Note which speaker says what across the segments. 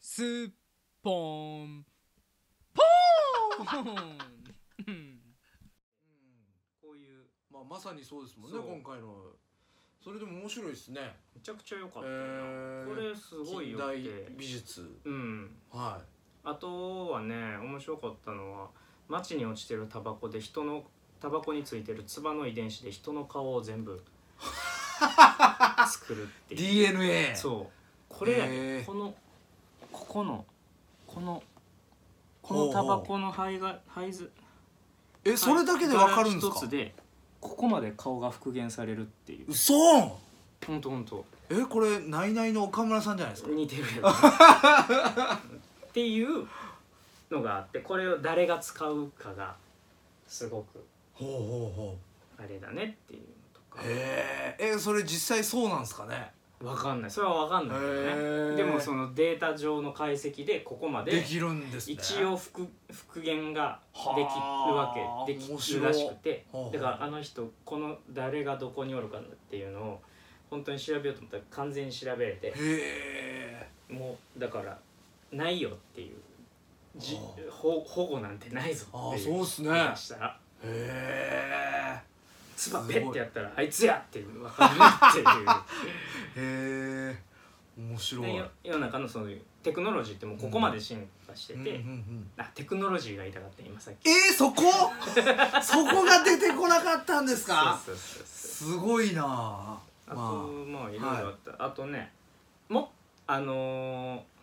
Speaker 1: スッポーンポーン
Speaker 2: こういうまあまさにそうですもんね
Speaker 3: そう
Speaker 2: 今回のそれでも面白いですね
Speaker 3: めちゃくちゃ良かった
Speaker 2: え
Speaker 3: な、こ
Speaker 2: ー
Speaker 3: れすごい良
Speaker 2: 近
Speaker 3: く
Speaker 2: 代
Speaker 3: て
Speaker 2: 美術
Speaker 3: うん
Speaker 2: は
Speaker 3: あとはね面白かったのは街に落ちてるタバコで人のタバコについてる唾の遺伝子で人の顔を全 部作るって
Speaker 2: い
Speaker 3: いう
Speaker 2: DNA
Speaker 3: そうこれや
Speaker 2: へ
Speaker 3: ね
Speaker 2: ー
Speaker 3: このここのこのこ
Speaker 2: ほ
Speaker 3: の
Speaker 2: うほう
Speaker 3: タバコの灰が灰ず
Speaker 2: えそれだけでわかるんです
Speaker 3: 一
Speaker 2: か
Speaker 3: つでここまで顔が復元されるっていう
Speaker 2: 嘘
Speaker 3: ほんとほんと
Speaker 2: えこれナイナイの岡村さんじゃないですか
Speaker 3: 似 てるよねっていうのがあってこれを誰が使うかがすごく
Speaker 2: ほうほうほ
Speaker 3: あれだねっていうのと
Speaker 2: う
Speaker 3: か
Speaker 2: へええそれ実際そうなんですかね
Speaker 3: わかんないそれはわかんないけ
Speaker 2: へ
Speaker 3: ど
Speaker 2: ー
Speaker 3: ねでもそのデータ上の解析でここま
Speaker 2: で
Speaker 3: で
Speaker 2: きるんですね
Speaker 3: 一応復復元ができるわ
Speaker 2: はあ
Speaker 3: けでき
Speaker 2: 面白い
Speaker 3: るらしくて
Speaker 2: ほうほう
Speaker 3: だからあの人この誰がどこにおるかっていうのを本当に調べようと思ったら完全に調べれて
Speaker 2: へえ
Speaker 3: もうだからないよっていうじ
Speaker 2: は
Speaker 3: 保保護なんてないぞ
Speaker 2: あ
Speaker 3: っ
Speaker 2: あ
Speaker 3: て
Speaker 2: そうっすね
Speaker 3: 言い出したら
Speaker 2: へ
Speaker 3: つば
Speaker 2: すごい
Speaker 3: ペッてやったらあいつやっていうわかる っ
Speaker 2: えへえ面
Speaker 3: ていう
Speaker 2: 白い
Speaker 3: でよ世の中のそういうテクノロジーってもうここまで進化してて、
Speaker 2: うんうんうん
Speaker 3: あテクノロジーが言いたかった今さっき
Speaker 2: えー、そこ そこが出てこなかったんですか
Speaker 3: そうそうそうそう
Speaker 2: すごいなあ
Speaker 3: あと、
Speaker 2: ま
Speaker 3: まあいろいろあった、あとねもあのー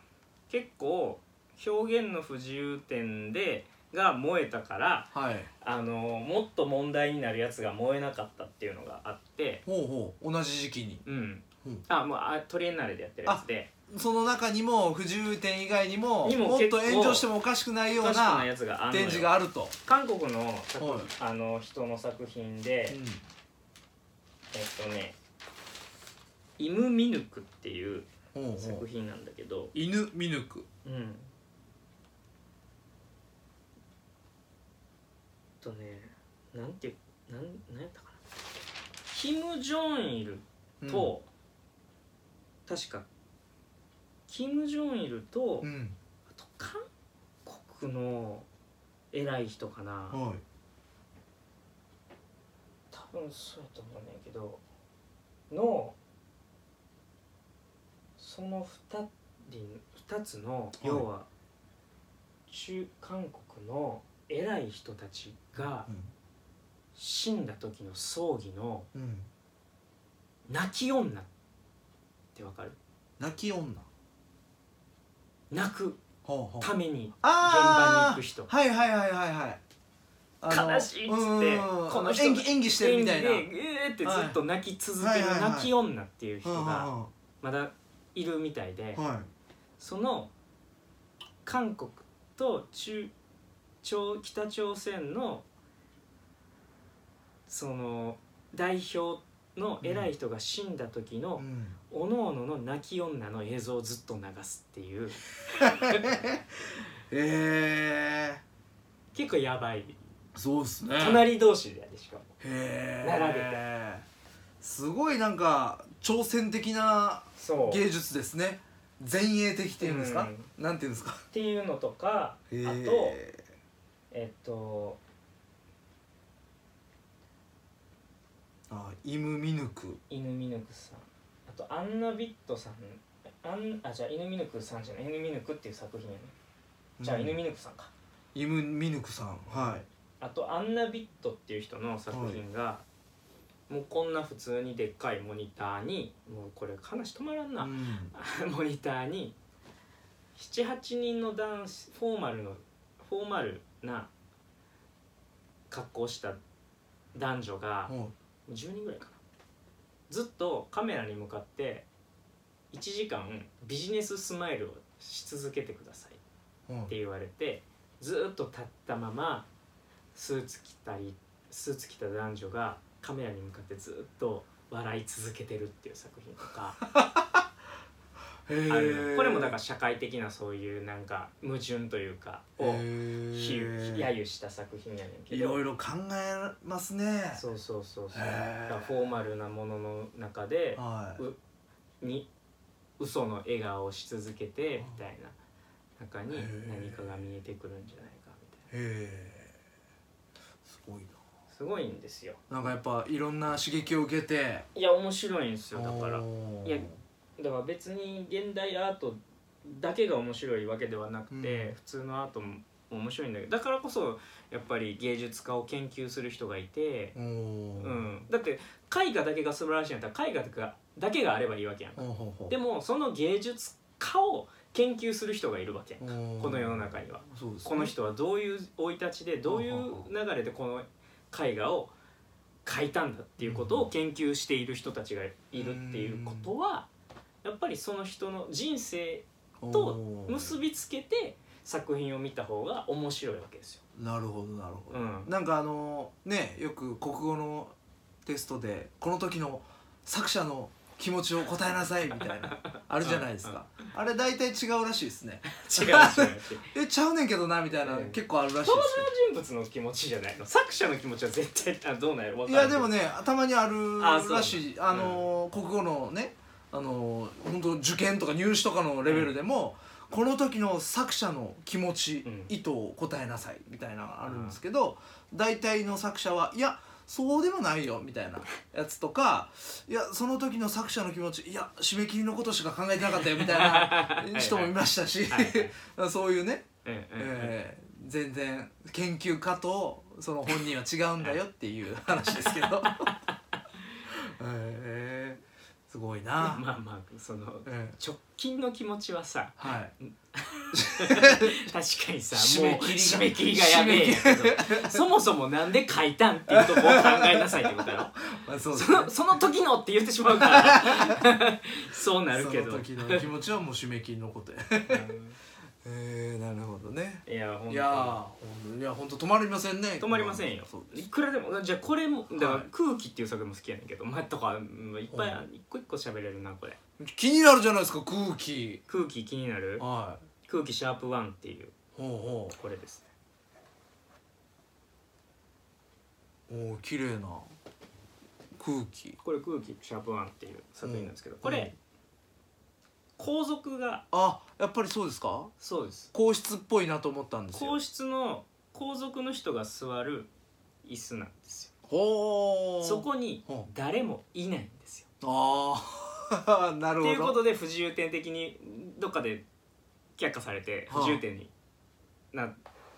Speaker 3: 結構表現の不自由点でが燃えたから
Speaker 2: あはい
Speaker 3: あのーもっと問題になるやつが燃えなかったっていうのがあって
Speaker 2: ほうほう同じ時期に
Speaker 3: うん、
Speaker 2: うん
Speaker 3: あもうあトリエンナーレでやってるやつで
Speaker 2: その中にも不自由点以外にも
Speaker 3: にも
Speaker 2: もっと
Speaker 3: 結構
Speaker 2: 炎上してもおかしくないよう
Speaker 3: おかしく
Speaker 2: な
Speaker 3: ないやつがあんの
Speaker 2: 展
Speaker 3: よ
Speaker 2: 示があると
Speaker 3: 韓国の作
Speaker 2: はい
Speaker 3: あの人の作品で、
Speaker 2: う
Speaker 3: え
Speaker 2: ん
Speaker 3: っとね「イム・ミヌク」っていう
Speaker 2: ほうほ
Speaker 3: 作
Speaker 2: う
Speaker 3: 品なんだけど、
Speaker 2: 犬見抜く
Speaker 3: うんとねなんてなんなんやったかなキム・ジョンイルと、確かキム・ジョンイルと、
Speaker 2: うん、うん
Speaker 3: あと韓国の偉い人かな、
Speaker 2: はい
Speaker 3: 多分そうやと思うねんけどのその2人二つの
Speaker 2: い
Speaker 3: 要は中韓国の偉い人たちが死んだ時の葬儀の
Speaker 2: うん、うん、
Speaker 3: 泣き女ってわかる
Speaker 2: 泣き女
Speaker 3: 泣く
Speaker 2: ほうほう
Speaker 3: ために現場に行
Speaker 2: あ
Speaker 3: く
Speaker 2: ー
Speaker 3: 人
Speaker 2: はいはいはいはいはいあの
Speaker 3: 悲しいっつって
Speaker 2: うん
Speaker 3: この人
Speaker 2: 演技演技してるみたいな
Speaker 3: 演技でえーってずっと泣き続ける
Speaker 2: はいはいはいはい
Speaker 3: 泣き女っていう人が
Speaker 2: は
Speaker 3: まだいるみたいで
Speaker 2: いはいはい
Speaker 3: その韓国と中朝北朝鮮のその代表の偉い人が死んだ時の
Speaker 2: うん
Speaker 3: 各々の泣き女の映像をずっと流すっていう
Speaker 2: え
Speaker 3: 結構やばい
Speaker 2: ー、そうっすね
Speaker 3: 隣同士でやでしかも
Speaker 2: へ
Speaker 3: 並
Speaker 2: えすごいなんか挑戦的な
Speaker 3: そうっ
Speaker 2: 芸術ですね前衛的っていうんですか、なんていうんですか
Speaker 3: ていうのとかあ
Speaker 2: へー
Speaker 3: とえっと
Speaker 2: あイムミヌク
Speaker 3: 犬見抜くさんあとアンナ・ビットさんあんあじゃあ犬見抜くさんじゃない犬見抜くっていう作品やねじゃあ
Speaker 2: うん
Speaker 3: 犬見抜くさんか
Speaker 2: イムミヌクさんはい
Speaker 3: あとアンナ・ビットっていう人の作品が、もうこんな普通にでっかいモニターにもうこれ話止まらんな
Speaker 2: う、ん
Speaker 3: モニターに78人の男子フォーマルのフォーマルな格好をした男女が
Speaker 2: ほ
Speaker 3: 10人ぐらいかなずっとカメラに向かって1時間ビジネススマイルをし続けてください
Speaker 2: うん
Speaker 3: って言われてずーっと立ったままスーツ着たりスーツ着た男女がカメラに向かってずーっと笑い続けてるっていう作品とか
Speaker 2: へ
Speaker 3: あるの
Speaker 2: ー
Speaker 3: よこれもだから社会的なそういうなんか矛盾というかを
Speaker 2: へー
Speaker 3: 比喩揶揄した作品やねんけ
Speaker 2: い
Speaker 3: ど
Speaker 2: ろいろ考えますね
Speaker 3: そうそうそうそう
Speaker 2: へー
Speaker 3: だからフォーマルなものの中で
Speaker 2: はいう
Speaker 3: に嘘の笑顔をし続けてみたいな中に
Speaker 2: へー
Speaker 3: 何かが見えてくるんじゃないかみたい
Speaker 2: えすごい
Speaker 3: なすごいんですよ
Speaker 2: ななんかやっぱいろんな刺激を受けて
Speaker 3: いや面白いんですよだから
Speaker 2: おー
Speaker 3: いやだから別に現代アートだけが面白いわけではなくて、
Speaker 2: うん
Speaker 3: 普通のアートも面白いんだけどだからこそやっぱり芸術家を研究する人がいて、
Speaker 2: おー
Speaker 3: うん、だって絵画だけが素晴らしいんだったら絵画だけがだけがあればいいわけやんか
Speaker 2: ほうほうほう
Speaker 3: でもその芸術家を研究する人がいるわけやん
Speaker 2: お
Speaker 3: か
Speaker 2: ー
Speaker 3: この世の中には
Speaker 2: そうですね
Speaker 3: この人はどういう生い立ちでどういう流れでこの絵画を描いたんだっていうことを研究している人たちがいるっていうことはやっぱりその人の人生と
Speaker 2: おー
Speaker 3: 結びつけて作品を見た方が面白いわけですよ。
Speaker 2: なるほどなるほ
Speaker 3: う
Speaker 2: ど、
Speaker 3: ん、
Speaker 2: なんかあのねよく国語のテストでこの時の作者の気持ちを答えなさいみた いなあるじゃないですか、あれ大体違うらしいですね
Speaker 3: 違う 違う違う
Speaker 2: えちゃうねんけどなみたいな、
Speaker 3: うん
Speaker 2: 結構あるらしい
Speaker 3: 登
Speaker 2: で
Speaker 3: 場
Speaker 2: す
Speaker 3: 人物の気持ちじゃないの作者の気持ちは絶対あどうなんやろ
Speaker 2: けどいやでも
Speaker 3: ね
Speaker 2: ねたまにある
Speaker 3: あそう
Speaker 2: らしいあのー、国語のねあのー本当受験とか入試とかのレベルでも、この時の作者の気持ち、
Speaker 3: うん
Speaker 2: 意図を答えなさいみたいなのがあるんですけど、大体の作者はいやそうでもないよみたいなやつとかいやその時の作者の気持ちいや締め切りのことしか考えてなかったよみたいな人もいましたし
Speaker 3: はいはい
Speaker 2: そういうね、
Speaker 3: うんうんうん
Speaker 2: えー全然研究家とその本人は違うんだよっていう話ですけどえーすごいな、
Speaker 3: まあまあその
Speaker 2: え
Speaker 3: 直近の気持ちはさ
Speaker 2: ーはい
Speaker 3: 確かにさ
Speaker 2: 締
Speaker 3: も
Speaker 2: め
Speaker 3: う締
Speaker 2: 切りが
Speaker 3: め切りがやべえんやけどそもそもなんで書いたんっていうとこを考えなさいってことやろ
Speaker 2: まあ、そうです
Speaker 3: そ
Speaker 2: ね
Speaker 3: のその時のって言ってしまうから そうなるけ
Speaker 2: そ
Speaker 3: ど
Speaker 2: の時の気持ちはもう締め切りのことやえー、なるほどね
Speaker 3: いやほん
Speaker 2: いやーほんいや本当止まりませんね
Speaker 3: 止まりませんよ
Speaker 2: そうで
Speaker 3: い
Speaker 2: す
Speaker 3: くらでもじゃあこれもだから
Speaker 2: はい
Speaker 3: 「空気」っていう作品も好きやねんけどまあとかうんいっぱいあ
Speaker 2: う
Speaker 3: 一個一個喋れるなこれ
Speaker 2: 気になるじゃないですか空気
Speaker 3: 空気気になる
Speaker 2: はい
Speaker 3: 空気シャープワンっていう
Speaker 2: ほ
Speaker 3: これですね
Speaker 2: うほうおー綺麗な空気
Speaker 3: これ空気シャープワンっていう作品なんですけどこ
Speaker 2: うん
Speaker 3: れ皇族が
Speaker 2: あやっぱりそうですか
Speaker 3: そうです
Speaker 2: 皇室っぽいなと思ったんですよ
Speaker 3: 皇室の皇族の人が座る椅子なんです
Speaker 2: ほ
Speaker 3: よ
Speaker 2: う
Speaker 3: そこに
Speaker 2: ほう
Speaker 3: 誰もいないんですよ
Speaker 2: ああ なる
Speaker 3: って
Speaker 2: ほ
Speaker 3: いう
Speaker 2: ど
Speaker 3: ことで不自由点的にどっかで却下されて
Speaker 2: は
Speaker 3: 不
Speaker 2: あ
Speaker 3: 自由点にな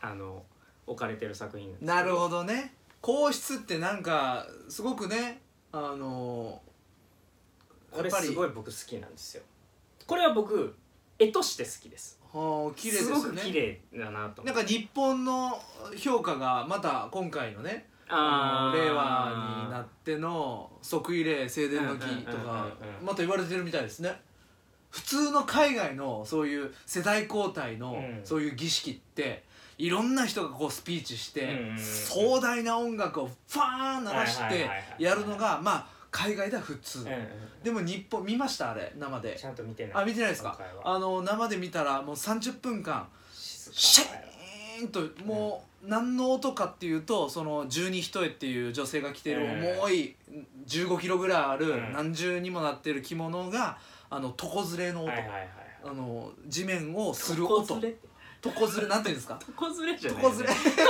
Speaker 3: あの置かれてる作品なんです
Speaker 2: なるほ
Speaker 3: ど
Speaker 2: どね皇室ってなんかすごくねあのー、
Speaker 3: これすご
Speaker 2: はい
Speaker 3: 僕好きなんですよこれは僕絵として好きです
Speaker 2: ー綺麗です
Speaker 3: す
Speaker 2: ね
Speaker 3: ごく綺麗だなと思
Speaker 2: なん
Speaker 3: って
Speaker 2: か日本の評価がまた今回のねあ
Speaker 3: あ
Speaker 2: の
Speaker 3: ー
Speaker 2: 令和になっての即位令正殿の儀とか
Speaker 3: うんうんうんうんうん
Speaker 2: また言われてるみたいですね普通の海外のそういう世代交代の
Speaker 3: うん
Speaker 2: そういう儀式っていろんな人がこうスピーチし
Speaker 3: うんうん
Speaker 2: て
Speaker 3: うん
Speaker 2: 壮大な音楽をファーン鳴らし
Speaker 3: はいはい
Speaker 2: て
Speaker 3: はいはい
Speaker 2: やるのがまあ海外では普通
Speaker 3: うんうん
Speaker 2: でも日本見ましたあれ生で
Speaker 3: ちゃんと見てない
Speaker 2: あ見てないですか
Speaker 3: 今回は
Speaker 2: あの生で見たらもう30分間
Speaker 3: 静か
Speaker 2: シャイーンともう何の音かっていうとその十二一重っていう女性が着てる
Speaker 3: ええ
Speaker 2: 重い1 5キロぐらいある
Speaker 3: うん
Speaker 2: 何重にもなってる着物があの床ずれの音
Speaker 3: はいはいはいはい
Speaker 2: あの地面をする音
Speaker 3: 床ずれって
Speaker 2: 床ずれなんていうんで すか
Speaker 3: 床ずれじゃない
Speaker 2: 床ずれ
Speaker 3: 床ずれの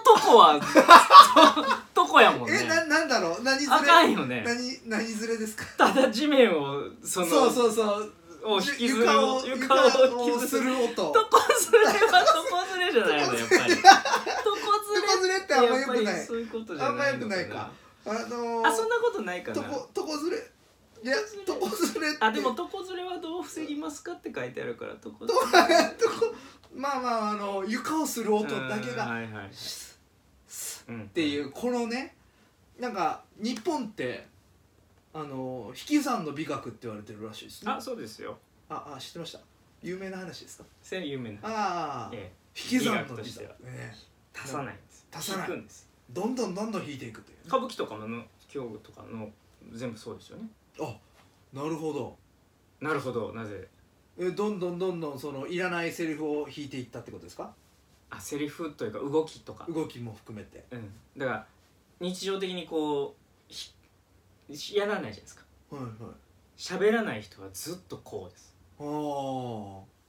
Speaker 3: とこは とこやもんね
Speaker 2: えななんだろう何ずれ
Speaker 3: あかんよね
Speaker 2: 何何ずれですか
Speaker 3: ただ地面をその
Speaker 2: そうそうそう
Speaker 3: を引きずる
Speaker 2: 床を
Speaker 3: 床を
Speaker 2: 床
Speaker 3: 引
Speaker 2: を
Speaker 3: き
Speaker 2: す
Speaker 3: ずる
Speaker 2: る音
Speaker 3: 床ずれは床ずれじゃないのやっぱり床
Speaker 2: 床
Speaker 3: ず
Speaker 2: ずれってあんま
Speaker 3: れ
Speaker 2: よ
Speaker 3: ってや
Speaker 2: く
Speaker 3: っぱ
Speaker 2: な
Speaker 3: り
Speaker 2: い
Speaker 3: そういうことじ
Speaker 2: あ
Speaker 3: ゃ
Speaker 2: んま
Speaker 3: ない
Speaker 2: よく
Speaker 3: のか
Speaker 2: ない
Speaker 3: な
Speaker 2: かあのー
Speaker 3: あそんなことないかな
Speaker 2: 床床ずれいや床ずれって
Speaker 3: あでも床ずれはどう防ぎますかって書いてあるから床ず
Speaker 2: と
Speaker 3: れ
Speaker 2: こまあまああの床をする音だけ
Speaker 3: うん
Speaker 2: がっ
Speaker 3: はいはいはいうん
Speaker 2: ていうこのねなんか日本ってあの引き算の美学って言われてるらしいですね
Speaker 3: あそうですよ
Speaker 2: ああ知ってました有名な話ですか
Speaker 3: それは有名な
Speaker 2: ああ、
Speaker 3: え
Speaker 2: 引き算の
Speaker 3: 美学と
Speaker 2: 美
Speaker 3: して
Speaker 2: 学
Speaker 3: は
Speaker 2: ね
Speaker 3: え足さないんです
Speaker 2: 足さない
Speaker 3: 引くんです
Speaker 2: どんどんどんどん引いていくという
Speaker 3: 歌舞伎とかの競技とかの全部そうですよね
Speaker 2: あなるほど
Speaker 3: なるほどなぜ
Speaker 2: えどんどんどんどんそのいらないセリフを引いていったってことですか
Speaker 3: あセリフというか動きとか
Speaker 2: 動きも含めて
Speaker 3: うんだから日常的にこうひしやらないじゃないですか
Speaker 2: はいはい
Speaker 3: 喋らない人はずっとこうです
Speaker 2: ああ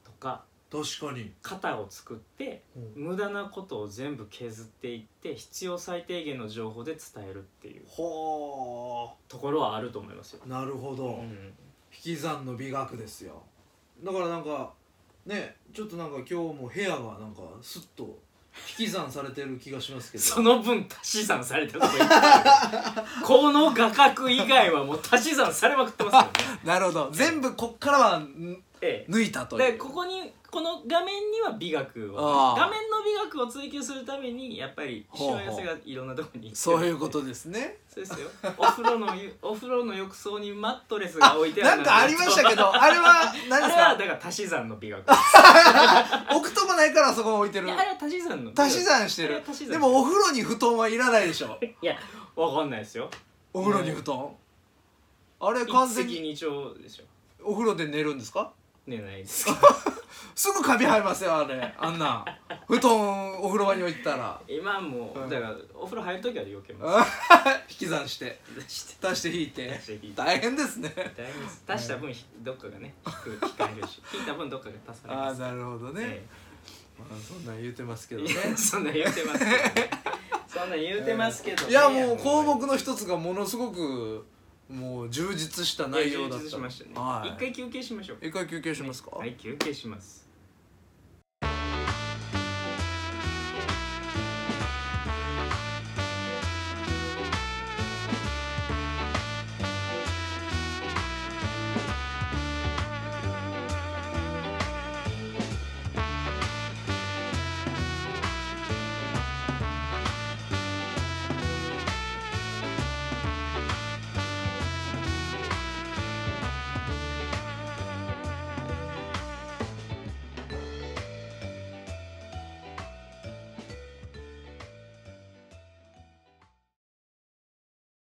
Speaker 3: とか
Speaker 2: 確かに
Speaker 3: 型を作って無駄なことを全部削っていって必要最低限の情報で伝えるっていう
Speaker 2: ほ
Speaker 3: ところはあると思いますよ。
Speaker 2: うなるほど、
Speaker 3: うん
Speaker 2: 引き算の美学ですよだからなんかねちょっとなんか今日も部屋がなんかスッと引き算されてる気がしますけど
Speaker 3: その分足し算されてるとこいっぱいあ るこの画角以外はもう足し算されまくってます よ、ね、
Speaker 2: なるほど全部こっからはん
Speaker 3: え
Speaker 2: 抜いた
Speaker 3: え
Speaker 2: とい
Speaker 3: で
Speaker 2: う
Speaker 3: ここにこの画面には美学を
Speaker 2: あー
Speaker 3: 画面の美学を追求するためにやっぱりしわ寄せがいろんなとこに行ってる
Speaker 2: そういうことですね
Speaker 3: そうですよお風呂のゆお風呂の浴槽にマットレスが置いてあ
Speaker 2: な
Speaker 3: る
Speaker 2: んかありましたけどあれは
Speaker 3: あ
Speaker 2: 何
Speaker 3: れ
Speaker 2: です
Speaker 3: は
Speaker 2: か
Speaker 3: だから足し算の美学
Speaker 2: 置くとこないからそこ置いて
Speaker 3: い
Speaker 2: る
Speaker 3: やあれは足し算の美学
Speaker 2: 足し算して
Speaker 3: あ
Speaker 2: る
Speaker 3: れは足し算
Speaker 2: でもお風呂に布団はいらないでしょ
Speaker 3: いやわかんないですよ
Speaker 2: お風呂に布団あれ
Speaker 3: 一
Speaker 2: 完全
Speaker 3: 石
Speaker 2: に
Speaker 3: 二鳥でしょ
Speaker 2: お風呂で寝るんですか
Speaker 3: 寝ないですけど
Speaker 2: すぐカビ生えますよあれあんなん布団お風呂場に置いてたら
Speaker 3: 今はも
Speaker 2: うん
Speaker 3: うだからお風呂入る時は避けま
Speaker 2: あ引き算して
Speaker 3: すして
Speaker 2: 足して引いて
Speaker 3: 足して引いて
Speaker 2: 大変ですね
Speaker 3: 大丈夫です足した分ひどっかがね引く引かれるし引いた分どっかが足され
Speaker 2: あ
Speaker 3: ま
Speaker 2: あ
Speaker 3: す
Speaker 2: なるほどね、
Speaker 3: え
Speaker 2: まあ、そんなん言うてますけど
Speaker 3: え
Speaker 2: ね
Speaker 3: いやそんなん言うてますけ どねそんなん言うてますけどね
Speaker 2: いやもう項
Speaker 3: い
Speaker 2: 目の一つがものすごくもう充実した
Speaker 3: や
Speaker 2: 内容
Speaker 3: 充
Speaker 2: だっ
Speaker 3: 実
Speaker 2: た
Speaker 3: しましたね
Speaker 2: はい
Speaker 3: 一回休憩しましょう
Speaker 2: 一回休憩しますか、
Speaker 3: はい休憩します